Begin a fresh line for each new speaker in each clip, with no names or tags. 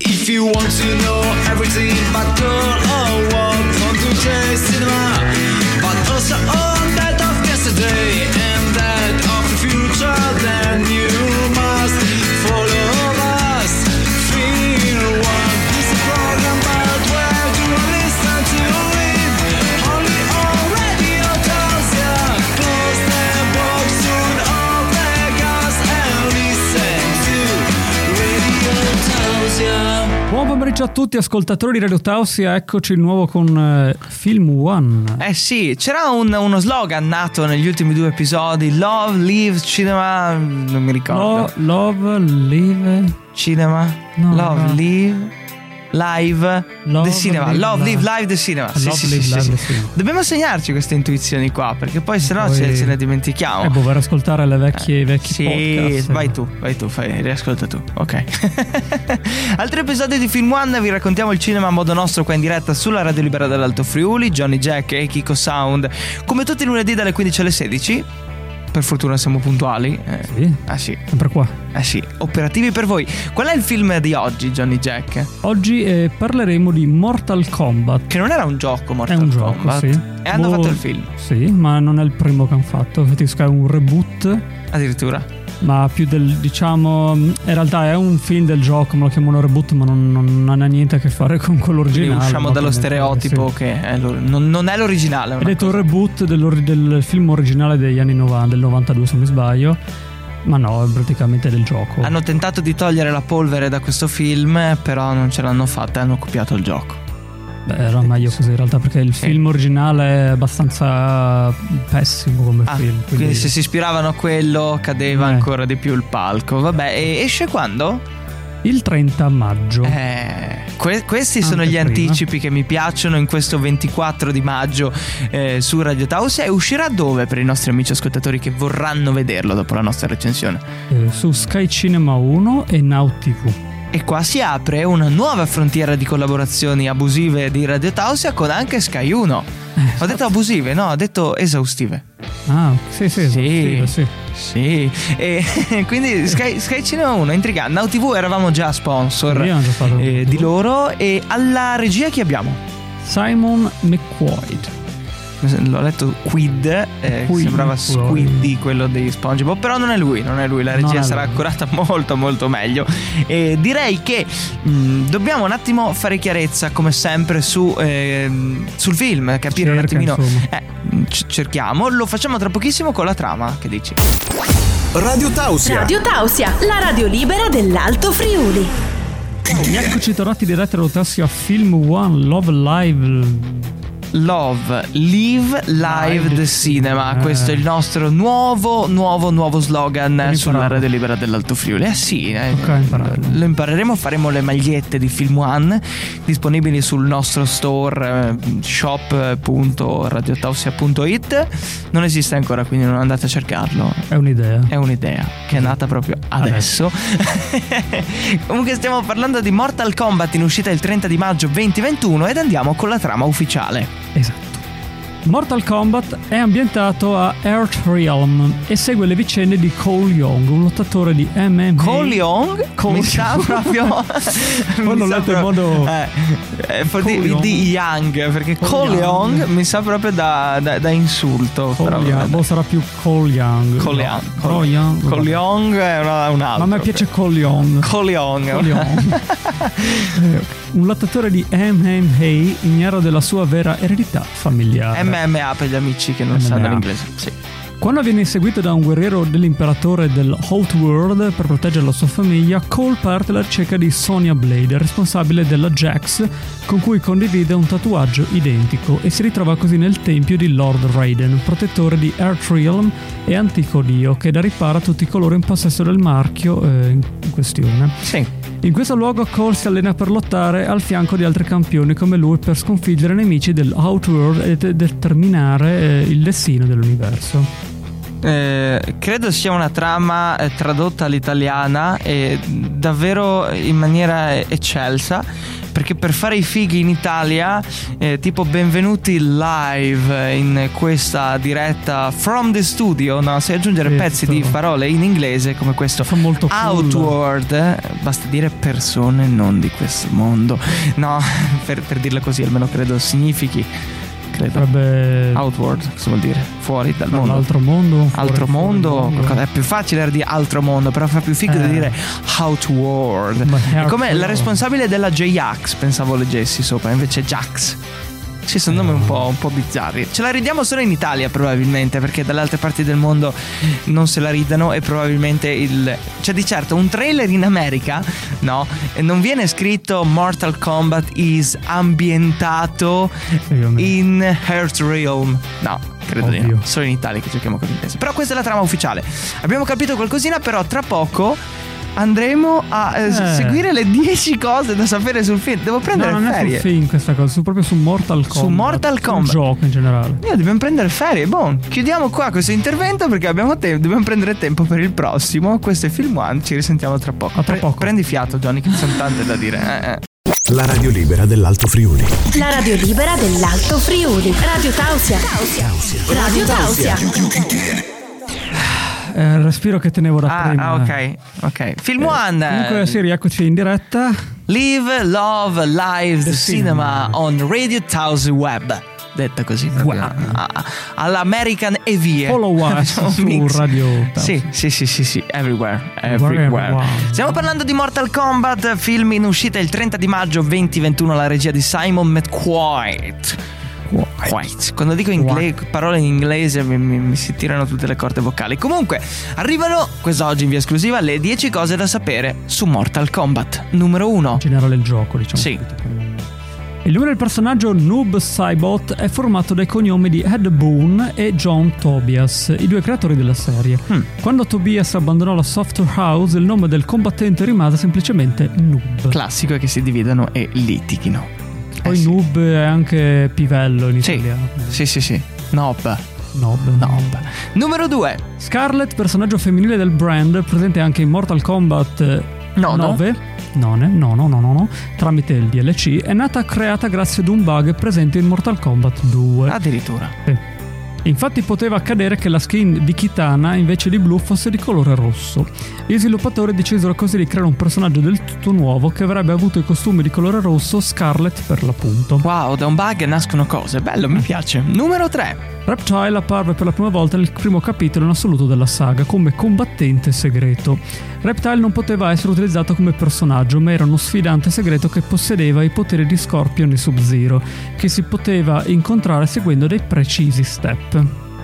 If you want to know everything about girl or what from today's cinema, but also all that of yesterday and that of the future, then you must follow us. Feel one. This is a program about where to listen to it. Only on Radio Tausia. Close the box, turn off the gas, and listen to Radio Tausia.
Buon pomeriggio a tutti ascoltatori di Radio Tausia, eccoci di nuovo con eh, Film One.
Eh sì, c'era un- uno slogan nato negli ultimi due episodi, Love, Live, Cinema, non mi ricordo.
Lo- love, live,
Cinema,
No,
Love,
no.
Live, Live,
Love,
The Cinema,
Live,
Love, Live,
Live.
Live, The Cinema. Sì,
Love,
sì,
live,
sì, sì,
live,
sì.
live, cinema.
Dobbiamo segnarci queste intuizioni qua, perché poi sennò
Poi-
ce, ce ne
Eh,
dimentichiamo.
boh, per ascoltare le vecchie, i vecchi
Sì,
podcast.
vai tu, vai tu, fai, riascolta tu. Ok. Altri episodi di Film One, vi raccontiamo il cinema a modo nostro qua in diretta sulla Radio Libera dell'Alto Friuli, Johnny Jack e Kiko Sound, come tutti i lunedì dalle 15 alle 16. Per fortuna siamo puntuali. eh.
Sì,
Ah sì,
sempre qua.
ah sì, operativi per voi. Qual è il film di oggi, Johnny Jack?
Oggi eh, parleremo di Mortal Kombat.
Che non era un gioco, Mortal
È un gioco,
Kombat.
sì.
E hanno
Boh.
fatto il film,
Sì, ma non è il primo che hanno fatto, Fatisca è un reboot,
addirittura.
ma più del, diciamo, in realtà è un film del gioco, ma lo chiamano reboot, ma non, non- non ha niente a che fare con quello
Quindi
originale.
usciamo
ma
dallo
comunque,
stereotipo
sì.
che è l'or- non, non è l'originale. è
Hai
una
detto un
cosa.
reboot dell'or- del film originale degli anni 90, del 92 se non mi sbaglio, ma no, è praticamente del gioco.
Hanno tentato di togliere la polvere da questo film, però non ce l'hanno fatta e hanno copiato il gioco.
Beh, era meglio così in realtà perché il
Sì.
film originale è abbastanza pessimo come
Ah,
film.
quindi, se si ispiravano a quello cadeva
Eh.
ancora di più il palco. Vabbè, e esce quando?
Il 30 maggio.
Eh, que- questi sono gli
Anteprima.
anticipi che mi piacciono in questo 24 di maggio eh, su Radio Taos e uscirà dove per i nostri amici ascoltatori che vorranno vederlo dopo la nostra recensione?
eh, su Sky Cinema 1 e Now TV.
E qua si apre una nuova frontiera di collaborazioni abusive di Radio Tausia con anche Sky 1. Ho detto abusive, no, ho detto esaustive.
Ah, sì, sì,
Sì.
sì, sì.
Sì. E quindi Sky, Sky Cinema 1, intrigante. Now TV eravamo già sponsor
Io ho già fatto
eh, di loro e alla regia chi abbiamo?
Simon McQuaid.
L'ho letto Quid, eh,
Quid,
sembrava
Quid.
Squiddy quello di SpongeBob, però non è lui, non è lui, la
Non è
regia
lui.
sarà accurata molto molto meglio. E direi che mh, dobbiamo un attimo fare chiarezza come sempre su, ehm, sul film, capire un
Cerca,
attimino.
insomma.
Eh, mh, c- cerchiamo, lo facciamo tra pochissimo con la trama, che dici?
Radio Tausia.
Radio Tausia, la radio libera dell'Alto Friuli.
E eccoci tornati diretti all'otassi a Film One Love Live.
Love, live, live
Live Eh.
the
the
cinema.
cinema.
Questo è il nostro nuovo, nuovo, nuovo slogan
L'ho
sulla
imparato.
Radio Libera dell'Alto Friuli. Eh sì, eh,
Tocca impararlo.
lo impareremo, faremo le magliette di Film One disponibili sul nostro store eh, shop.radiotausia.it. Non esiste ancora, quindi non andate a cercarlo.
È un'idea.
È un'idea che è nata proprio adesso. Comunque stiamo parlando di Mortal Kombat in uscita il 30 di maggio 2021 ed andiamo con la trama ufficiale.
Esatto. Mortal Kombat è ambientato a Earthrealm e segue le vicende di Cole Young, un lottatore di MMA.
Cole Young
Cole
mi sa
Young.
proprio
Poi
mi
l'ho
sa
letto in
proprio-
modo-
eh, eh, for-
Cole
di,
Young.
di Young perché
Cole
Cole
Young.
Young mi sa proprio da, da- da insulto
Cole
però
Young.
vabbè.
Boh, sarà più Cole Young.
Cole
No,
Young
Cole Young.
Cole Young è una- un altro
Ma a me piace Cole Young.
Cole Young
Cole Young. Eh, un lottatore di MMA ignaro della sua vera eredità familiare.
MMA per gli amici che non
MMA.
sanno l'inglese sì.
Quando viene inseguito da un guerriero dell'imperatore del Hot World per proteggere la sua famiglia, Cole parte alla ricerca di Sonia Blade, responsabile della Jax, con cui condivide un tatuaggio identico e si ritrova così nel tempio di Lord Raiden, protettore di Earthrealm e antico dio che dà riparo a tutti coloro in possesso del marchio eh, in questione.
Sì.
In questo luogo Cole si allena per lottare al fianco di altri campioni come lui per sconfiggere nemici dell'Outworld e de- determinare eh, il destino dell'universo.
eh, credo sia una trama eh, tradotta all'italiana e davvero in maniera eh, eccelsa. Perché per fare i fighi in Italia, eh, tipo benvenuti live eh, in questa diretta from the studio, no? Se aggiungere
Sì,
pezzi di
tutto.
parole in inglese come questo
Fa molto
Ah,
cool.
Outward, eh, basta dire persone non di questo mondo. No, per, per dirla così almeno credo significhi. Credo.
Sarebbe
Outward, cosa vuol dire? Fuori dal Ah, mondo.
l'altro mondo. fuori-
Altro
fuori
mondo,
mondo.
qualcosa- è più facile dire altro mondo, però fa più figo
Eh.
di dire outward.
Ma
È come la
outward.
responsabile della J-Ax, pensavo leggessi sopra, invece Jax. Sì, sono nomi un po', un po' bizzarri. Ce la ridiamo solo in Italia, probabilmente, perché dalle altre parti del mondo non se la ridano. E probabilmente il. Cioè, di certo, un trailer in America, no? e Non viene scritto Mortal Kombat is ambientato
Io me-
in Earth Realm. No, credo di
Ovvio.
no. Solo in Italia che cerchiamo con l'inglese. Però questa è la trama ufficiale. Abbiamo capito qualcosina, però tra poco andremo a eh, s-
Eh.
seguire le 10 cose da sapere sul film. Devo
No,
prendere
non è
ferie.
sul film questa cosa, su- proprio su Mortal Kombat.
Mortal Kombat.
Sul gioco in generale.
Io dobbiamo prendere ferie. Boh, chiudiamo qua questo intervento perché abbiamo te- dobbiamo prendere tempo per il prossimo. Questo è Film One. Ci risentiamo tra poco.
A tra poco.
Prendi fiato, Johnny, che ci sono tante da dire. Eh, eh.
La radio libera dell'Alto Friuli.
La radio libera dell'Alto Friuli. Radio Tausia. Radio Tausia.
Eh, respiro che tenevo da
Ah,
prima. Eh,
ah, ok. Eh. Ok. Film One.
Comunque, sì, rieccoci in diretta.
Live, Love, Live, The,
The
Cinema
Cinema.
on Radio Tausi Web. Detta così, proprio
Web.
a- a- all'American e via.
Follow us
Un
su
mix.
Radio Tausi.
Sì, sì, sì, sì, sì, everywhere,
Everywhere.
everywhere. Stiamo parlando di Mortal Kombat, film in uscita il 30 di maggio 2021, la regia di Simon McQuaid. White. Quando dico ingle- parole in inglese mi, mi- mi si tirano tutte le corde vocali. Comunque, arrivano quest'oggi in via esclusiva le 10 cose da sapere su Mortal Kombat. Numero 1.
In generale, il gioco, diciamo.
Sì.
Il nome del personaggio Noob Saibot è formato dai cognomi di Ed Boone e John Tobias, i due creatori della serie.
Mm.
Quando Tobias abbandonò la Software House, il nome del combattente rimase semplicemente Noob.
classico è che si dividano e litighino.
Poi
Eh sì.
Noob è anche Pivello in
Sì.
italiano.
Sì, sì, sì. Nob.
Noob.
Nob. Numero 2.
Scarlet, personaggio femminile del brand, presente anche in Mortal Kombat eh,
Nono.
9. None, no, no, no, no, no, tramite il DLC, è nata e creata grazie ad un bug presente in Mortal Kombat 2.
Addirittura.
Infatti poteva accadere che la skin di Kitana invece di blu fosse di colore rosso. Gli sviluppatori decisero così di creare un personaggio del tutto nuovo che avrebbe avuto i costumi di colore rosso Scarlet per l'appunto.
Wow, da un bug nascono cose. Bello, mi piace. Numero 3.
Reptile apparve per la prima volta nel primo capitolo in assoluto della saga come combattente segreto. Reptile non poteva essere utilizzato come personaggio, ma era uno sfidante segreto che possedeva i poteri di Scorpion e Sub-Zero, che si poteva incontrare seguendo dei precisi step.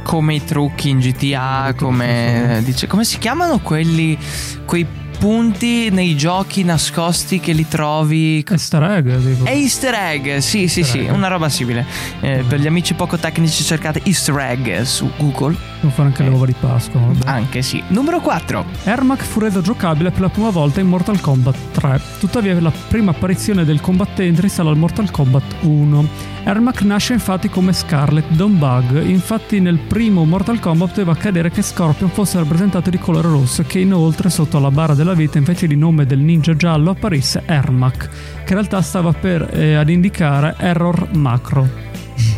Come i trucchi in GTA, come dice come si chiamano quelli quei punti nei giochi nascosti che li trovi
Easter egg, tipo.
È easter egg, sì sì
Easter
sì,
egg.
una roba simile. Eh, per gli amici poco tecnici cercate easter egg su Google,
Devo fare anche le uova di Pasqua. vabbè.
anche sì. Numero 4.
Ermac fu reso giocabile per la prima volta in Mortal Kombat 3, tuttavia la prima apparizione del combattente risale al Mortal Kombat 1. Ermac nasce infatti come Scarlet Dawnbug, infatti nel primo Mortal Kombat poteva accadere che Scorpion fosse rappresentato di colore rosso e che inoltre sotto la barra della vita invece di nome del ninja giallo apparisse Ermac, che in realtà stava per, eh, ad indicare Error Macro.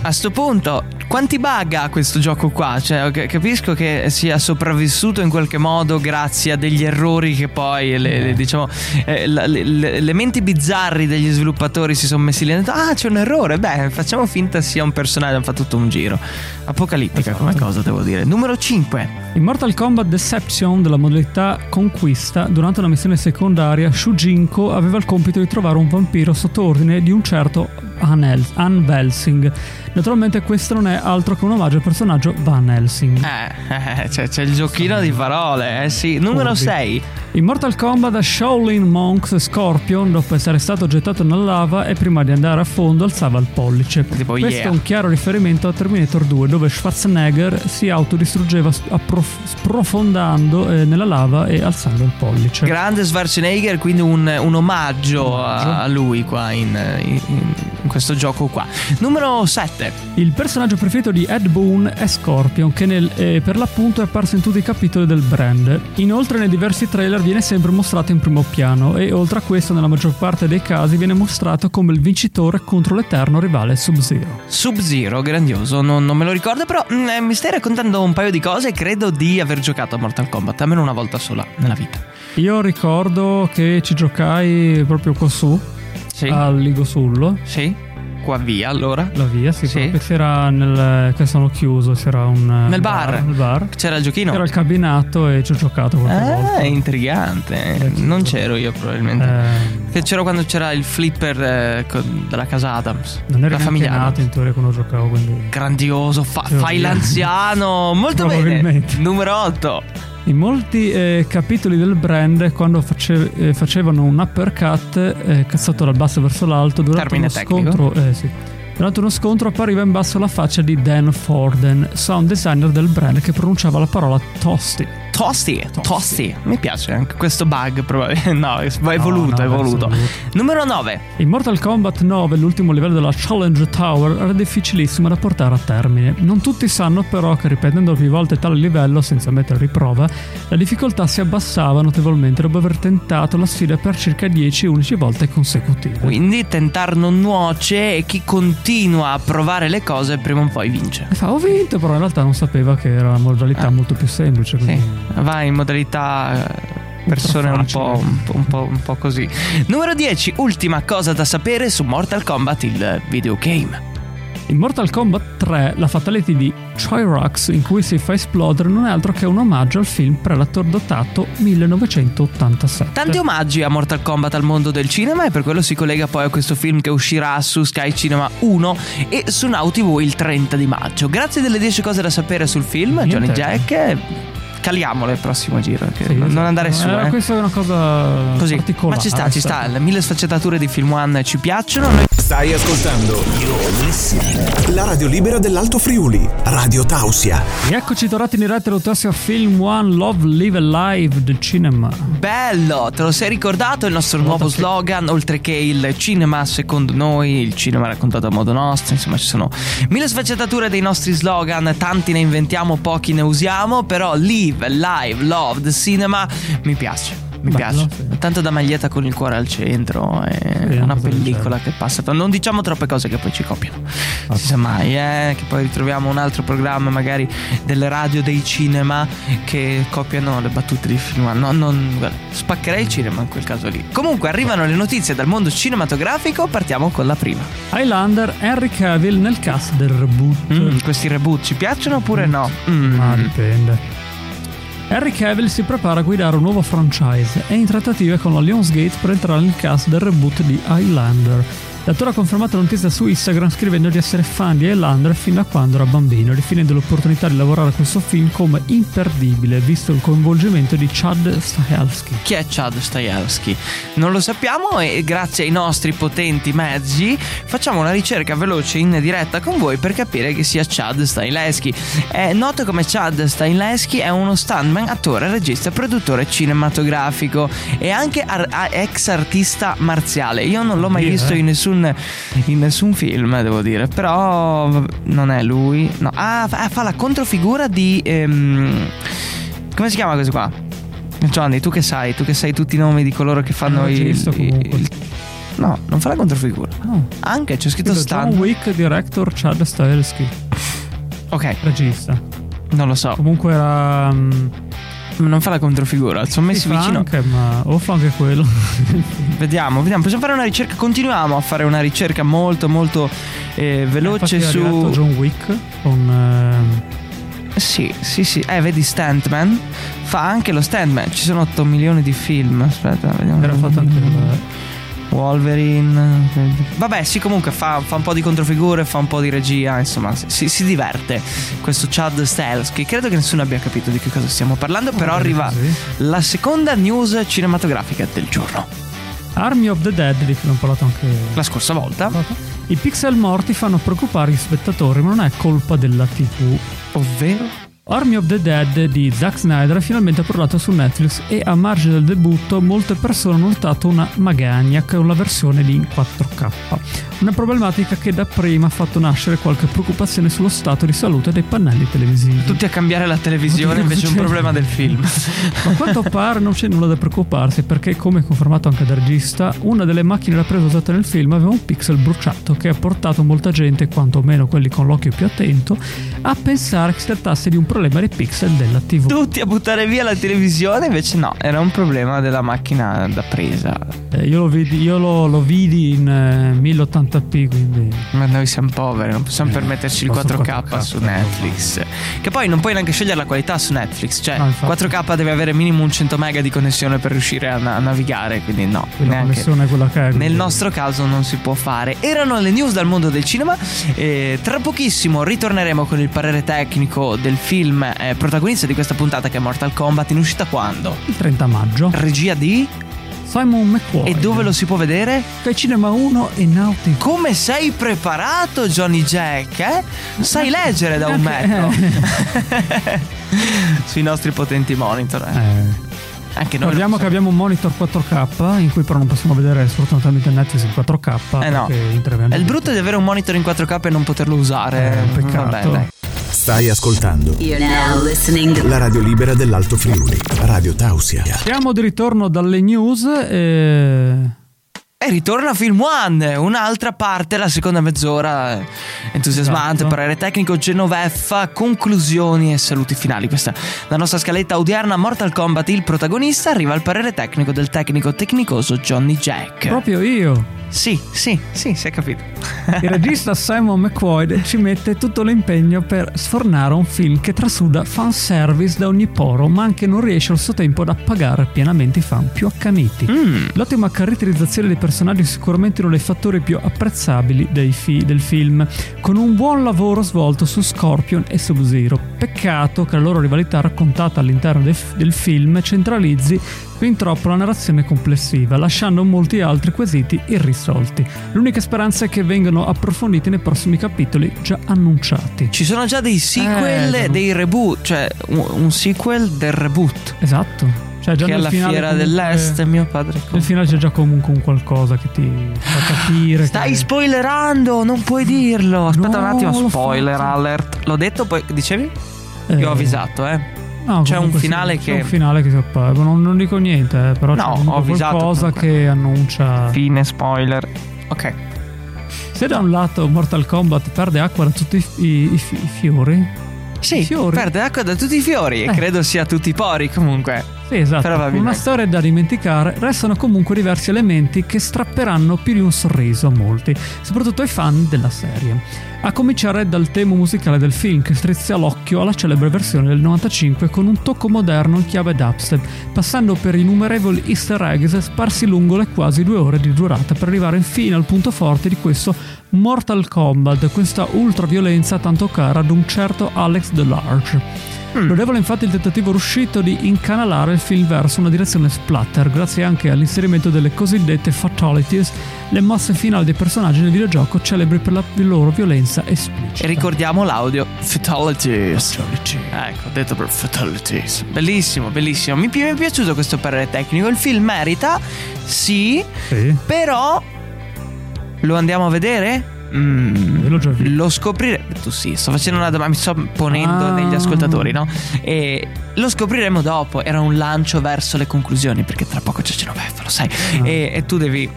A sto punto, quanti bug ha questo gioco qua? Cioè, ok, capisco che sia sopravvissuto in qualche modo grazie a degli errori che poi, le, le- diciamo, eh, la- le, le- le menti bizzarri degli sviluppatori si sono messi lì e hanno detto, ah, c'è un errore, beh, facciamo finta sia un personaggio, hanno fatto tutto un giro. Apocalittica come cosa, devo dire. Numero 5.
In Mortal Kombat Deception della modalità Conquista, durante una missione secondaria, Shujinko aveva il compito di trovare un vampiro sotto ordine di un certo Han, Hel- Han Helsing. Naturalmente questo non è altro che un omaggio al personaggio Van Helsing.
Cioè, Eh, eh, c'è, c'è il giochino di parole, eh sì. Numero
Furbi.
6.
In Mortal Kombat Shaolin Monks Scorpion, dopo essere stato gettato nella lava e prima di andare a fondo alzava il pollice.
Tipo,
Questo
yeah.
è un chiaro riferimento a Terminator 2 dove Schwarzenegger si autodistruggeva s- approf- sprofondando eh, nella lava e alzando il pollice.
Grande Schwarzenegger, quindi un, un omaggio a, a lui qua in, in- in questo gioco qua. Numero 7.
Il personaggio preferito di Ed Boon è Scorpion, che nel- eh, per l'appunto è apparso in tutti i capitoli del brand. Inoltre nei diversi trailer viene sempre mostrato in primo piano e oltre a questo nella maggior parte dei casi viene mostrato come il vincitore contro l'eterno rivale Sub-Zero.
Sub-Zero, grandioso, non, non me lo ricordo, però mm, eh, mi stai raccontando un paio di cose e credo di aver giocato a Mortal Kombat, almeno una volta sola nella vita.
Io ricordo che ci giocai proprio qua su,
Sì?
al Ligosullo.
Ah. Sì? Qua via, allora?
La via, sì,
Sì.
proprio c'era nel... che sono chiuso, c'era un... eh,
Nel bar.
Nel bar.
C'era il giochino?
C'era il cabinato e ci ho giocato qualche volta.
Ah, intrigante.
Sì, sì,
Non
sì.
c'ero io probabilmente.
Eh,
Che c'ero quando c'era il flipper eh, co- della casa Adams.
non ero
la
neanche
famiglia
nato
Adams.
in teoria quando giocavo, quindi...
Grandioso, fa-
Sì,
fai
sì.
l'anziano. Molto bene.
Probabilmente.
Numero 8.
In molti eh, capitoli del brand, quando face- eh, facevano un uppercut eh, cazzato dal basso verso l'alto, durante
Termine
uno
tecnico.
scontro. eh, sì. Durante uno scontro appariva in basso la faccia di Dan Forden, sound designer del brand che pronunciava la parola tosti.
Tosti,
Tosti.
tosti. Mi piace anche questo bug. Probabilmente. No, è è
No,
voluto,
no,
è voluto.
assolutamente.
Numero 9.
In Mortal Kombat 9, l'ultimo livello della Challenge Tower, era difficilissimo da portare a termine. Non tutti sanno però che ripetendo più volte tale livello senza mettere riprova, la difficoltà si abbassava notevolmente dopo aver tentato la sfida per circa 10-11 volte consecutive.
Quindi tentar non nuoce e chi continua a provare le cose prima o poi vince.
E fa, ho vinto, però in realtà non sapeva che era una modalità
Ah.
molto più semplice.
Sì,
Quindi...
va in modalità eh, persone un po', un, po', un po'- un po' così. Numero 10, ultima cosa da sapere su Mortal Kombat, il videogame.
In Mortal Kombat 3, la fatality di Chirox, in cui si fa esplodere, non è altro che un omaggio al film Predator dotato 1987.
Tanti omaggi a Mortal Kombat al mondo del cinema e per quello si collega poi a questo film che uscirà su Sky Cinema 1 e su Now TV il 30 di maggio. Grazie delle 10 cose da sapere sul film, Johnny
Niente.
Jack. eh, Caliamole il prossimo giro, che
Sì,
non
esatto.
andare su.
Era
eh.
Questa è una cosa
Così.
particolare. eh,
Ma ci sta, ci sta. Le mille sfaccettature di Film One ci piacciono. Noi
Stai ascoltando la radio libera dell'Alto Friuli, Radio Tausia.
E eccoci tornati in diretta all'autosia Film One Love Live Alive del cinema.
Bello, te lo sei ricordato il nostro nuovo
sì.
slogan, oltre che il cinema secondo noi, il cinema raccontato a modo nostro, insomma ci sono mille sfaccettature dei nostri slogan, tanti ne inventiamo, pochi ne usiamo, però live, live, love, the cinema mi piace. Mi
Bello,
piace,
sì.
tanto da maglietta con il cuore al centro, eh. è
Sì,
una
Eh, cosa del
pellicola che passa. Non diciamo troppe cose che poi ci copiano.
Ah.
Si sa mai, eh? Che poi ritroviamo un altro programma, magari delle radio, dei cinema che copiano le battute di film. No, non, guarda, spaccherei il cinema in quel caso lì. Comunque arrivano le notizie dal mondo cinematografico, partiamo con la prima.
Highlander, Henry Cavill nel cast del reboot.
Mm, questi reboot ci piacciono oppure no? Mm.
Certo. Ma dipende. Henry Cavill si prepara a guidare un nuovo franchise e in trattative con la Lionsgate per entrare nel cast del reboot di Highlander. L'attore ha confermato la notizia su Instagram scrivendo di essere fan di Highlander fin da quando era bambino, rifinendo l'opportunità di lavorare a questo film come imperdibile, visto il coinvolgimento di Chad Stahelski.
Chi è Chad Stahelski? Non lo sappiamo e grazie ai nostri potenti mezzi facciamo una ricerca veloce in diretta con voi per capire chi sia Chad Stahelski. È noto come Chad Stahelski, è uno stuntman, attore, regista, produttore cinematografico e anche ar- a- ex artista marziale. Io non l'ho mai
Oddio,
visto
eh.
in nessun, in nessun film, devo dire, però vabbè, non è lui. No. Ah, fa, fa la controfigura di... ehm, come si chiama questo qua? Johnny, tu che sai? Tu che sai tutti i nomi di coloro che fanno
Non Ah, l'ho
il,
visto comunque. Ah.
il- No, non fa la controfigura.
No.
Anche c'è scritto
Quindi John
stunt.
Wick, director Chad Stahelski,
Ok,
regista.
non lo so.
Comunque era... mm,
Non fa la controfigura. Sono messi
si fa
vicino.
anche, ma o fa anche quello.
Vediamo, vediamo. Possiamo fare una ricerca. Continuiamo a fare una ricerca molto, molto eh, veloce
Infatti è arrivato
su.
John Wick con... ehm,
Sì, sì, sì. Eh, vedi Stuntman. Fa anche lo Stuntman. Ci sono 8 milioni di film. Aspetta, vediamo.
Era fatto anche il
Wolverine. Vabbè, sì, comunque fa, fa un po' di controfigure, fa un po' di regia, insomma, si, si diverte questo Chad Stahelski. Credo che nessuno abbia capito di che cosa stiamo parlando, però arriva
così.
la seconda news cinematografica del giorno.
Army of the Dead, di cui abbiamo parlato anche
La scorsa volta,
I pixel morti fanno preoccupare gli spettatori, ma non è colpa della TV.
ovvero
Army of the Dead di Zack Snyder è finalmente approdato su Netflix e a margine del debutto molte persone hanno notato una magagna che è una versione di 4K. Una problematica che dapprima ha fatto nascere qualche preoccupazione sullo stato di salute dei pannelli televisivi.
tutti a cambiare la televisione,
Oddio,
invece è un
succede.
problema del film.
Ma a quanto pare non c'è nulla da preoccuparsi perché, come confermato anche dal regista, una delle macchine da presa usate nel film aveva un pixel bruciato che ha portato molta gente, quantomeno quelli con l'occhio più attento, a pensare che si trattasse di un problema dei pixel della TV.
tutti a buttare via la televisione, invece no, era un problema della macchina da presa.
Eh, io lo vidi, io lo- lo vidi in eh, 1080p, quindi...
Ma noi siamo poveri, non possiamo permetterci il
Eh, posso
4K,
4K,
su Netflix. Che poi non puoi neanche scegliere la qualità su Netflix, cioè
No, infatti.
4K deve avere minimo un 100 mega di connessione per riuscire a, na- a navigare, quindi no,
Quella
neanche.
connessione è quella che è.
Nel
quindi-
nostro caso non si può fare. Erano le news dal mondo del cinema. e tra pochissimo ritorneremo con il parere tecnico del film eh, protagonista di questa puntata che è Mortal Kombat. In uscita quando?
Il 30 maggio.
Regia di?
Simon McCoy.
E dove lo si può vedere?
Sky Cinema 1 e Naughty
Come sei preparato, Johnny Jack? Eh? Sai leggere da un metro sui nostri potenti monitor. eh.
Eh,
Anche
Proviamo che
noi. lo possiamo-
abbiamo un monitor 4K in cui però non possiamo vedere sfortunatamente Netflix in 4K
Eh no.
perché interviene-
È il brutto di avere un monitor in 4K e non poterlo usare.
Eh, un peccato.
Vabbè, dai.
Stai ascoltando
You're now listening to
la radio libera dell'Alto Friuli, Radio Tausia.
Siamo di ritorno dalle news e...
E ritorna Film One, un'altra parte, la seconda mezz'ora eh, entusiasmante,
Esatto.
parere tecnico, Genoveffa, conclusioni e saluti finali. Questa è la nostra scaletta odierna Mortal Kombat, il protagonista arriva al parere tecnico del tecnico tecnicoso Johnny Jack.
Proprio io,
Sì, sì, sì, si è capito.
il regista Simon McCoy ci mette tutto l'impegno per sfornare un film che trasuda fanservice da ogni poro, ma anche non riesce al suo tempo ad appagare pienamente i fan più accaniti.
Mm.
L'ottima caratterizzazione dei personaggi è sicuramente uno dei fattori più apprezzabili dei fi- del film, con un buon lavoro svolto su Scorpion e Sub-Zero. Peccato che la loro rivalità raccontata all'interno del, f- del film centralizzi fin troppo la narrazione complessiva, lasciando molti altri quesiti irrisolti. L'unica speranza è che vengano approfonditi nei prossimi capitoli già annunciati.
Ci sono già dei sequel,
Eh,
dei reboot, cioè un, un sequel del reboot.
Esatto. Cioè già
che
nel
alla
finale
fiera
comunque-
dell'est, mio padre.
Nel finale c'è già comunque un qualcosa che ti fa capire.
Stai
che-
spoilerando, non puoi dirlo.
No,
Aspetta un attimo,
l'ho
spoiler
fatto.
alert. L'ho detto, poi dicevi?
eh,
Io ho avvisato, eh.
No,
C'è
comunque
un finale
c'è
che-
un finale che si appare. Non, non dico niente, eh, però
No,
c'è comunque
ho avvisato
qualcosa
comunque.
che annuncia.
Fine spoiler. Ok.
Se da un lato Mortal Kombat perde acqua da tutti i, i- i fi- i fiori.
Sì,
Fiori.
perde acqua da tutti i fiori
Eh.
e credo sia tutti i pori comunque.
Sì, esatto.
Però va
Con
bene.
una storia da dimenticare, restano comunque diversi elementi che strapperanno più di un sorriso a molti, soprattutto ai fan della serie. A cominciare dal tema musicale del film che strizza l'occhio alla celebre versione del 95 con un tocco moderno in chiave dubstep, passando per innumerevoli easter eggs sparsi lungo le quasi due ore di durata per arrivare infine al punto forte di questo Mortal Kombat, questa ultraviolenza tanto cara ad un certo Alex DeLarge. Lodevole infatti il tentativo riuscito di incanalare il film verso una direzione splatter, grazie anche all'inserimento delle cosiddette fatalities, le mosse finali dei personaggi nel videogioco celebri per la loro violenza esplicita.
E ricordiamo l'audio Fatalities. Ecco, detto per Fatalities. Bellissimo, bellissimo. Mi, pi- mi è piaciuto questo parere tecnico. Il film merita, sì,
Sì,
però lo andiamo a vedere? Mm,
io l'ho già visto.
Lo scoprire. Tu sì, sto facendo una domanda, mi sto ponendo
Ah.
negli ascoltatori, no? E lo scopriremo dopo. Era un lancio verso le conclusioni, perché tra poco c'è Genoveffa, lo sai. E, e tu devi.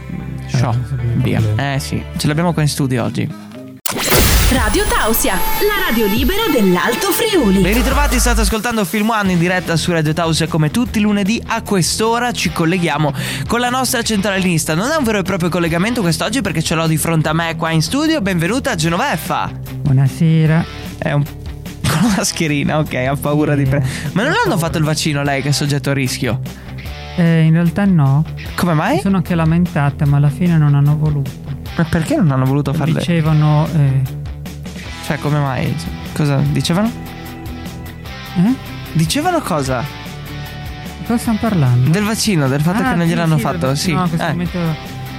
Sciò,
non sapevo
via.
problema.
Eh sì, ce l'abbiamo qua in studio oggi.
Radio Tausia, la radio libera dell'Alto Friuli.
Ben ritrovati, state ascoltando Film One in diretta su Radio Tausia come tutti i lunedì a quest'ora ci colleghiamo con la nostra centralinista. Non è un vero e proprio collegamento quest'oggi perché ce l'ho di fronte a me qua in studio. Benvenuta Genoveffa.
Buonasera.
È un con la mascherina, ok, ha paura di prendere. Ma non hanno fatto il vaccino lei che è soggetto a rischio?
Eh, in realtà no.
Come mai?
Mi sono anche lamentata, ma alla fine non hanno voluto.
Ma perché non hanno voluto farle?
Dicevano. Eh,
Cioè, come mai? Cosa dicevano?
eh?
Dicevano cosa?
Di cosa stiamo parlando?
Del vaccino, del fatto
Ah,
che non
sì,
gliel'hanno
sì,
fatto,
vabbè,
sì.
No, questo
eh.
momento...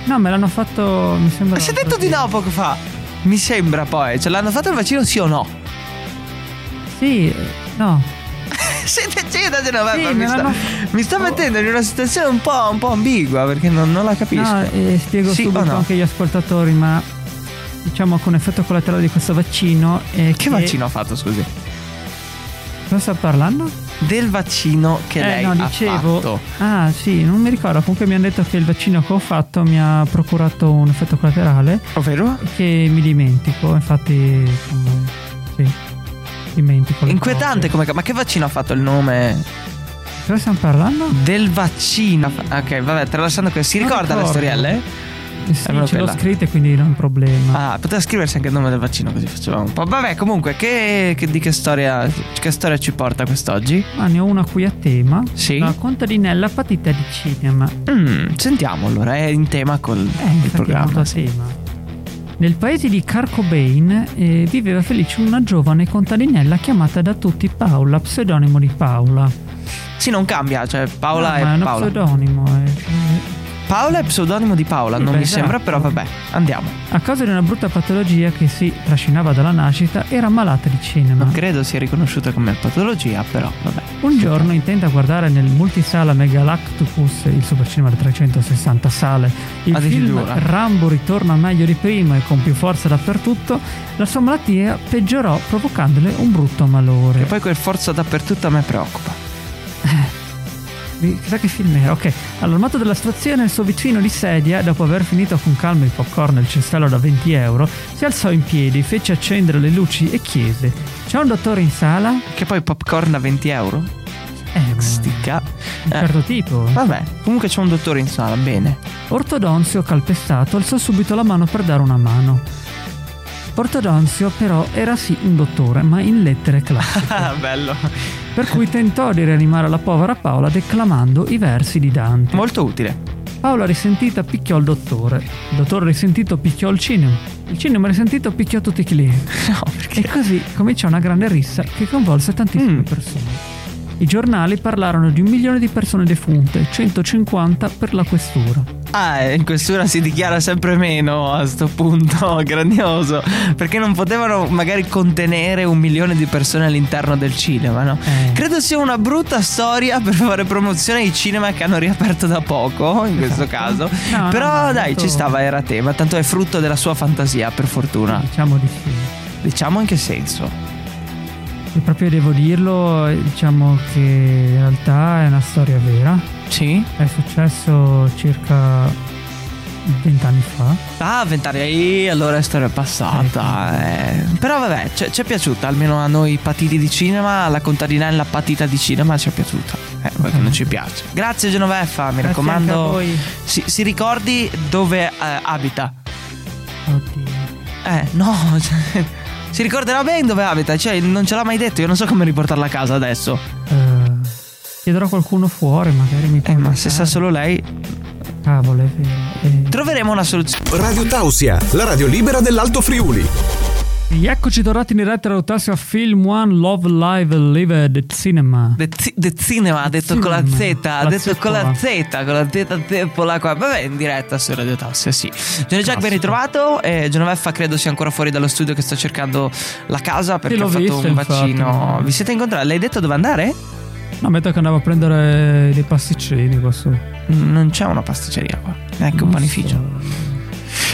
no, me l'hanno fatto. Mi sembra.
Ma si è detto di no poco fa. Mi sembra poi, cioè l'hanno fatto il vaccino sì o no?
Sì, eh, no.
Siete cioè, io novembre,
Sì,
mi,
me
sta,
l'hanno-
mi sta mettendo in una situazione un po', un po' ambigua perché non, non la capisco.
No, eh, spiego
Sì
subito
o no?
anche agli ascoltatori, ma diciamo con effetto collaterale di questo vaccino è
Che vaccino ha fatto, scusi?
Cosa sta parlando?
Del vaccino che
eh
lei
no,
ha
dicevo.
fatto.
Ah, sì, non mi ricordo, comunque mi hanno detto che il vaccino che ho fatto mi ha procurato un effetto collaterale
Ovvero?
che mi dimentico, infatti insomma, sì. Dimentico. le
Inquietante
cose.
come... Ma che vaccino ha fatto il nome?
Cosa stiamo parlando?
Del vaccino. Ah, Ok, vabbè, tralasciando questo. Si
Non
ricorda le
ricordo.
storielle?
Eh Sì,
proprio
ce l'ho
là.
scritta quindi non è un problema.
Ah, poteva scriversi anche il nome del vaccino così facevamo un po'. Vabbè, comunque, che, che- di che storia, che storia ci porta quest'oggi?
Ma Ah, ne ho una qui a tema.
Sì.
La contadinella patita di cinema.
Mm, sentiamo allora, è in tema col
Eh,
il
infatti è molto
programma.
a tema. Nel paese di Carcobain eh, viveva felice una giovane contadinella chiamata da tutti Paola, pseudonimo di Paola.
Sì, non cambia, cioè Paola
No, ma è
è
uno
Paola.
pseudonimo. eh.
Paola è pseudonimo di Paola,
Sì,
non
beh,
mi sembra,
esatto.
però vabbè, andiamo.
A causa di una brutta patologia che si trascinava dalla nascita, era malata di cinema.
Non credo sia riconosciuta come patologia, però vabbè.
Un giorno intenta guardare nel multisala Megalactopus, il supercinema da 360 sale, il film
Addirittura.
Rambo ritorna meglio di prima e con più forza dappertutto, la sua malattia peggiorò provocandole un brutto malore.
E poi quel forza dappertutto a me preoccupa.
Di- Chissà che film era, ok. Allarmato della situazione, il suo vicino di sedia, dopo aver finito con calma il popcorn e il cestello da 20 euro, si alzò in piedi, fece accendere le luci e chiese: C'è un dottore in sala?
Che poi popcorn a 20 euro?
Eh, ma-
Sticca.
un certo tipo.
Vabbè, comunque c'è un dottore in sala, bene.
Ortodonzio, calpestato, alzò subito la mano per dare una mano. Ortodonzio, però, era sì un dottore, ma in lettere classiche.
Ah, bello.
per cui tentò di rianimare la povera Paola declamando i versi di Dante.
Molto utile.
Paola risentita picchiò il dottore. Il dottore risentito picchiò il cinema. Il cinema risentito picchiò tutti i clienti.
No, perché?
E così cominciò una grande rissa che coinvolse tantissime
Mm.
persone. I giornali parlarono di un milione di persone defunte, 150 per la questura.
Ah, in questura si dichiara sempre meno a sto punto, grandioso. Perché non potevano magari contenere un milione di persone all'interno del cinema, no?
Eh.
Credo sia una brutta storia per fare promozione ai cinema che hanno riaperto da poco, in questo caso.
Esatto. No, no,
Però
no,
dai,
tanto-
ci stava, era tema. Tanto è frutto della sua fantasia, per fortuna.
Diciamo di sì.
Diciamo in che senso.
E proprio devo dirlo, eh, diciamo che in realtà è una storia vera.
Sì?
È successo circa 20 anni fa.
Ah, vent'anni. eh, Allora è storia passata. eh. Però vabbè, ci ci è piaciuta. Almeno a noi patiti di cinema, la contadinella patita di cinema ci è piaciuta. Eh, voi che non ci piace. Grazie Genoveffa,
Mm-hmm.
mi
Grazie
raccomando.
anche a voi.
Si, si ricordi dove eh, abita?
Oddio.
Eh, no. cioè, si ricorderà bene dove abita. Cioè, non ce l'ha mai detto. Io non so come riportarla a casa adesso.
Eh, chiederò a qualcuno fuori, magari mi può
Eh, ma
aiutare.
se sa solo lei,
Cavolo, è vero. Eh,
troveremo una soluzione.
Radio Tausia, la radio libera dell'Alto Friuli.
Eccoci tornati in diretta da Otasio a Film One Love Live Live Cinema.
The, ci- the cinema, ha detto con la Z,
cinema,
ha
la
detto con la
zeppola.
Z, con la Z zeppola qua. Vabbè, in diretta su Radio Tassia, sì. Johnny Jack ben ritrovato. Eh, Genoveffa credo sia ancora fuori dallo studio che sto cercando la casa perché
l'ho
ho fatto
visto,
un
infatti.
vaccino. Vi siete incontrati? L'hai detto dove andare?
No, metto che andavo a prendere dei pasticcini qua su.
Mm, Non c'è una pasticceria qua, neanche
Non
un
Eh,
panificio.
so.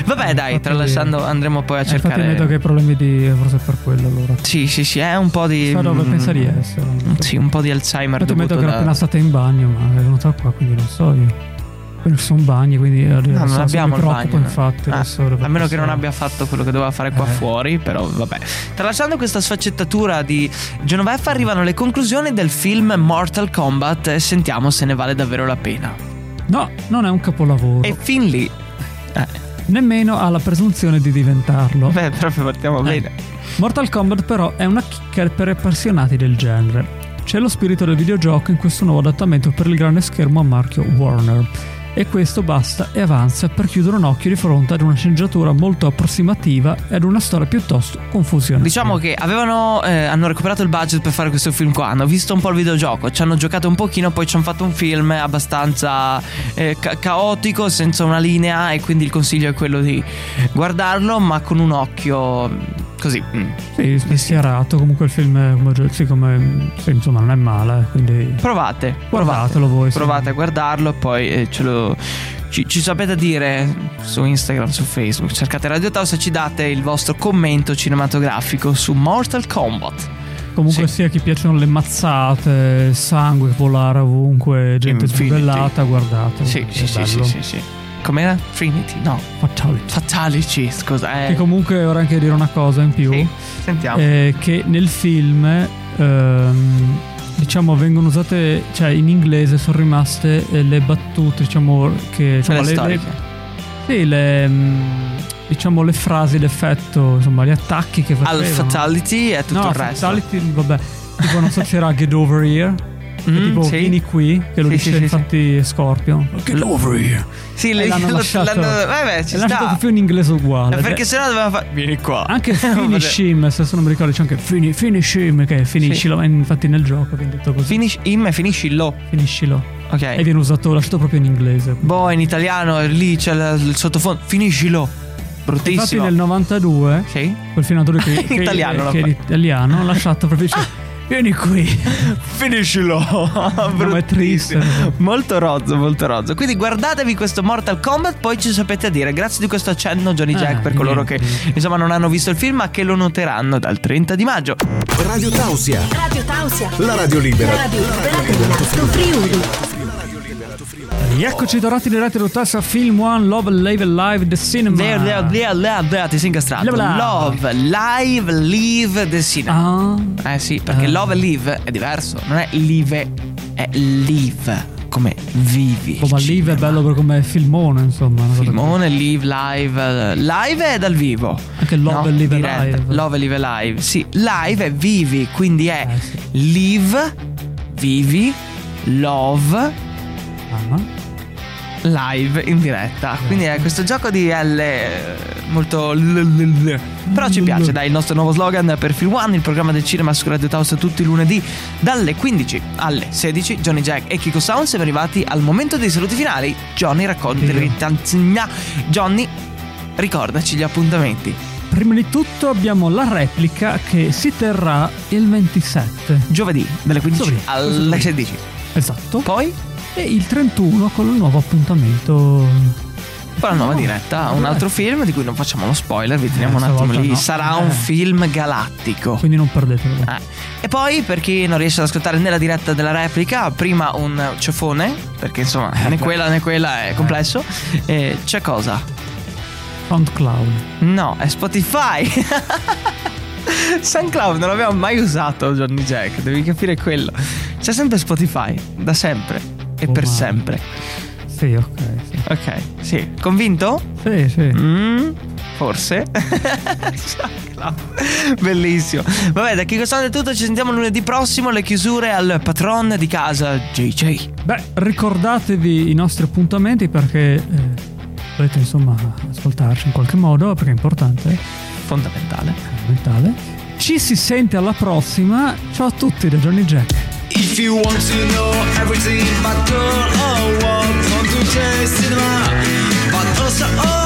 Vabbè,
Eh,
dai,
infatti-
tralasciando andremo poi a
Eh, Infatti
cercare.
metto che hai problemi di... forse per quello allora.
Sì, sì, sì, è un po' di.
So dove
mm,
pensa di essere.
Sì, un po' di Alzheimer
Infatti metto
dovuto
che ero
da-
appena stata in bagno, ma è venuta qua, quindi non so io. Poi non ci sono bagni, quindi eh,
No,
so,
non
se
abbiamo
mi
il
preoccupo,
bagno. no.
infatti,
Ah,
adesso dovrò
a meno che non
pensare.
abbia fatto quello che doveva fare qua
Eh.
fuori, però vabbè. Tralasciando questa sfaccettatura di Genoveffa, arrivano le conclusioni del film Mortal Kombat e sentiamo se ne vale davvero la pena.
No, non è un capolavoro.
E fin lì. Eh,
Nemmeno ha la presunzione di diventarlo.
beh, proprio partiamo
Eh.
bene.
Mortal Kombat però è una chicca per appassionati del genere. c'è lo spirito del videogioco in questo nuovo adattamento per il grande schermo a marchio Warner. E questo basta e avanza per chiudere un occhio di fronte ad una sceneggiatura molto approssimativa e ad una storia piuttosto confusionaria.
Diciamo che avevano, eh, hanno recuperato il budget per fare questo film qua, hanno visto un po' il videogioco, ci hanno giocato un pochino, poi ci hanno fatto un film abbastanza eh, ca- caotico, senza una linea e quindi il consiglio è quello di guardarlo ma con un occhio mm, così. mm.
Sì, spensierato, comunque il film è come, gio- sì, come- sì, insomma non è male, quindi
Provate, provate,
guardatelo voi. sì.
provate a guardarlo e poi eh, ce lo... Ci, ci sapete dire su Instagram, su Facebook, cercate Radio Taos e ci date il vostro commento cinematografico su Mortal Kombat.
Mm, Comunque
Sì.
sia chi piacciono le mazzate, sangue volare ovunque, gente
Infinity.
sbellata, guardate.
Sì, sì, sì, sì, sì, sì. Com'era? Trinity? No, Fatality, scusa.
Che
Eh.
comunque vorrei anche dire una cosa in più.
Sì, sentiamo.
eh, che nel film ehm, diciamo vengono usate cioè in inglese sono rimaste eh, le battute diciamo che insomma,
Quelle
le- le,
storiche.
sì, le, mm, diciamo le frasi l'effetto insomma gli attacchi che facevano
Al Fatality e tutto
no
il resto.
fatality vabbè tipo non so c'era get over here che
Mm,
tipo
sì.
vieni qui che lo
Sì,
dice
sì, sì,
infatti Scorpion che
Sì, le,
l'hanno lasciato
eh beh, ci
è lasciato
sta.
proprio in inglese uguale
Eh, Perché
Cioè,
sennò Ah, doveva fare. Vieni qua.
anche finish
Finish.
him se non mi ricordo c'è anche fini- finish him che è finiscilo ma infatti nel gioco viene detto così
Finish him e finisci lo.
finiscilo e
Ok.
viene usato lasciato proprio in inglese
Eh. Boh, in italiano lì c'è la- il sottofondo. Finisci lo.
infatti
Bruttissimo.
nel 92
Sì.
quel finatore che, che,
Italiano l'ha
che è
fatto.
italiano ha lasciato proprio dice, vieni qui
Finiscilo. Bruttissimo.
è triste.
Molto rozzo, molto rozzo. Quindi guardatevi questo Mortal Kombat, poi ci sapete dire. Grazie di questo accenno, Johnny
Ah,
Jack, per
niente.
coloro che insomma non hanno visto il film, ma che lo noteranno dal 30 di maggio.
Radio Tausia,
Radio Tausia.
la radio libera.
La radio libera dell'Alto Friuli.
rieccoci tornati in diretta rottassa Film One Love Live Live The Cinema
There, there, there, there, there, ti sei incastrato.
Bla bla.
Love, live, live the cinema.
ah
Eh sì, perché
Ah.
love e live è diverso. Non è live, è live. Come vivi.
Boba
il
Live è
cinema.
bello per come filmone insomma una cosa
Filmone, live, live. eh, Live è dal vivo.
Anche Love and Live
diretta.
Live.
Love and live live. Sì, live è vivi, quindi è
Eh, sì.
live, vivi, love,
così. Ah, no?
live in diretta. Quindi è questo gioco di L eh, molto l- l- l. Però ci piace, dai, il nostro nuovo slogan per Film One, il programma del cinema su Radio Taos tutti i lunedì dalle 15 alle 16. Johnny Jack e Kiko Sound siamo arrivati al momento dei saluti finali. Johnny racconta
Sì.
Johnny ricordaci gli appuntamenti.
prima di tutto abbiamo la replica che si terrà il 27
Giovedì dalle 15
Giovedì, questo
alle
giovedì.
16.
esatto
Poi
e il 31 con il nuovo appuntamento
Con la
Oh,
nuova diretta, un altro film di cui non facciamo lo spoiler, vi teniamo un
questa
attimo
volta
lì.
no.
Sarà
Eh.
un film galattico.
quindi non perdetelo
Ah, E poi per chi non riesce ad ascoltare né la diretta della replica, prima un ciofone, perché insomma né quella né quella è complesso. E c'è cosa?
SoundCloud
No, è Spotify. SoundCloud non l'abbiamo mai usato, Johnny Jack, devi capire quello. C'è sempre Spotify, da sempre e
Oh,
per
ma-
sempre.
sì ok sì
Ok, sì. Convinto?
sì, sì.
Mm, forse. Bellissimo. Vabbè, da Kiko Sound è tutto. Ci sentiamo lunedì prossimo. Le chiusure al patron di casa, JJ.
Beh, ricordatevi i nostri appuntamenti perché eh, dovete insomma ascoltarci in qualche modo perché è importante, è
Fondamentale.
fondamentale. Ci si sente alla prossima. Ciao a tutti da Johnny Jack.
If you want to know everything about girl or what from today's cinema, but also all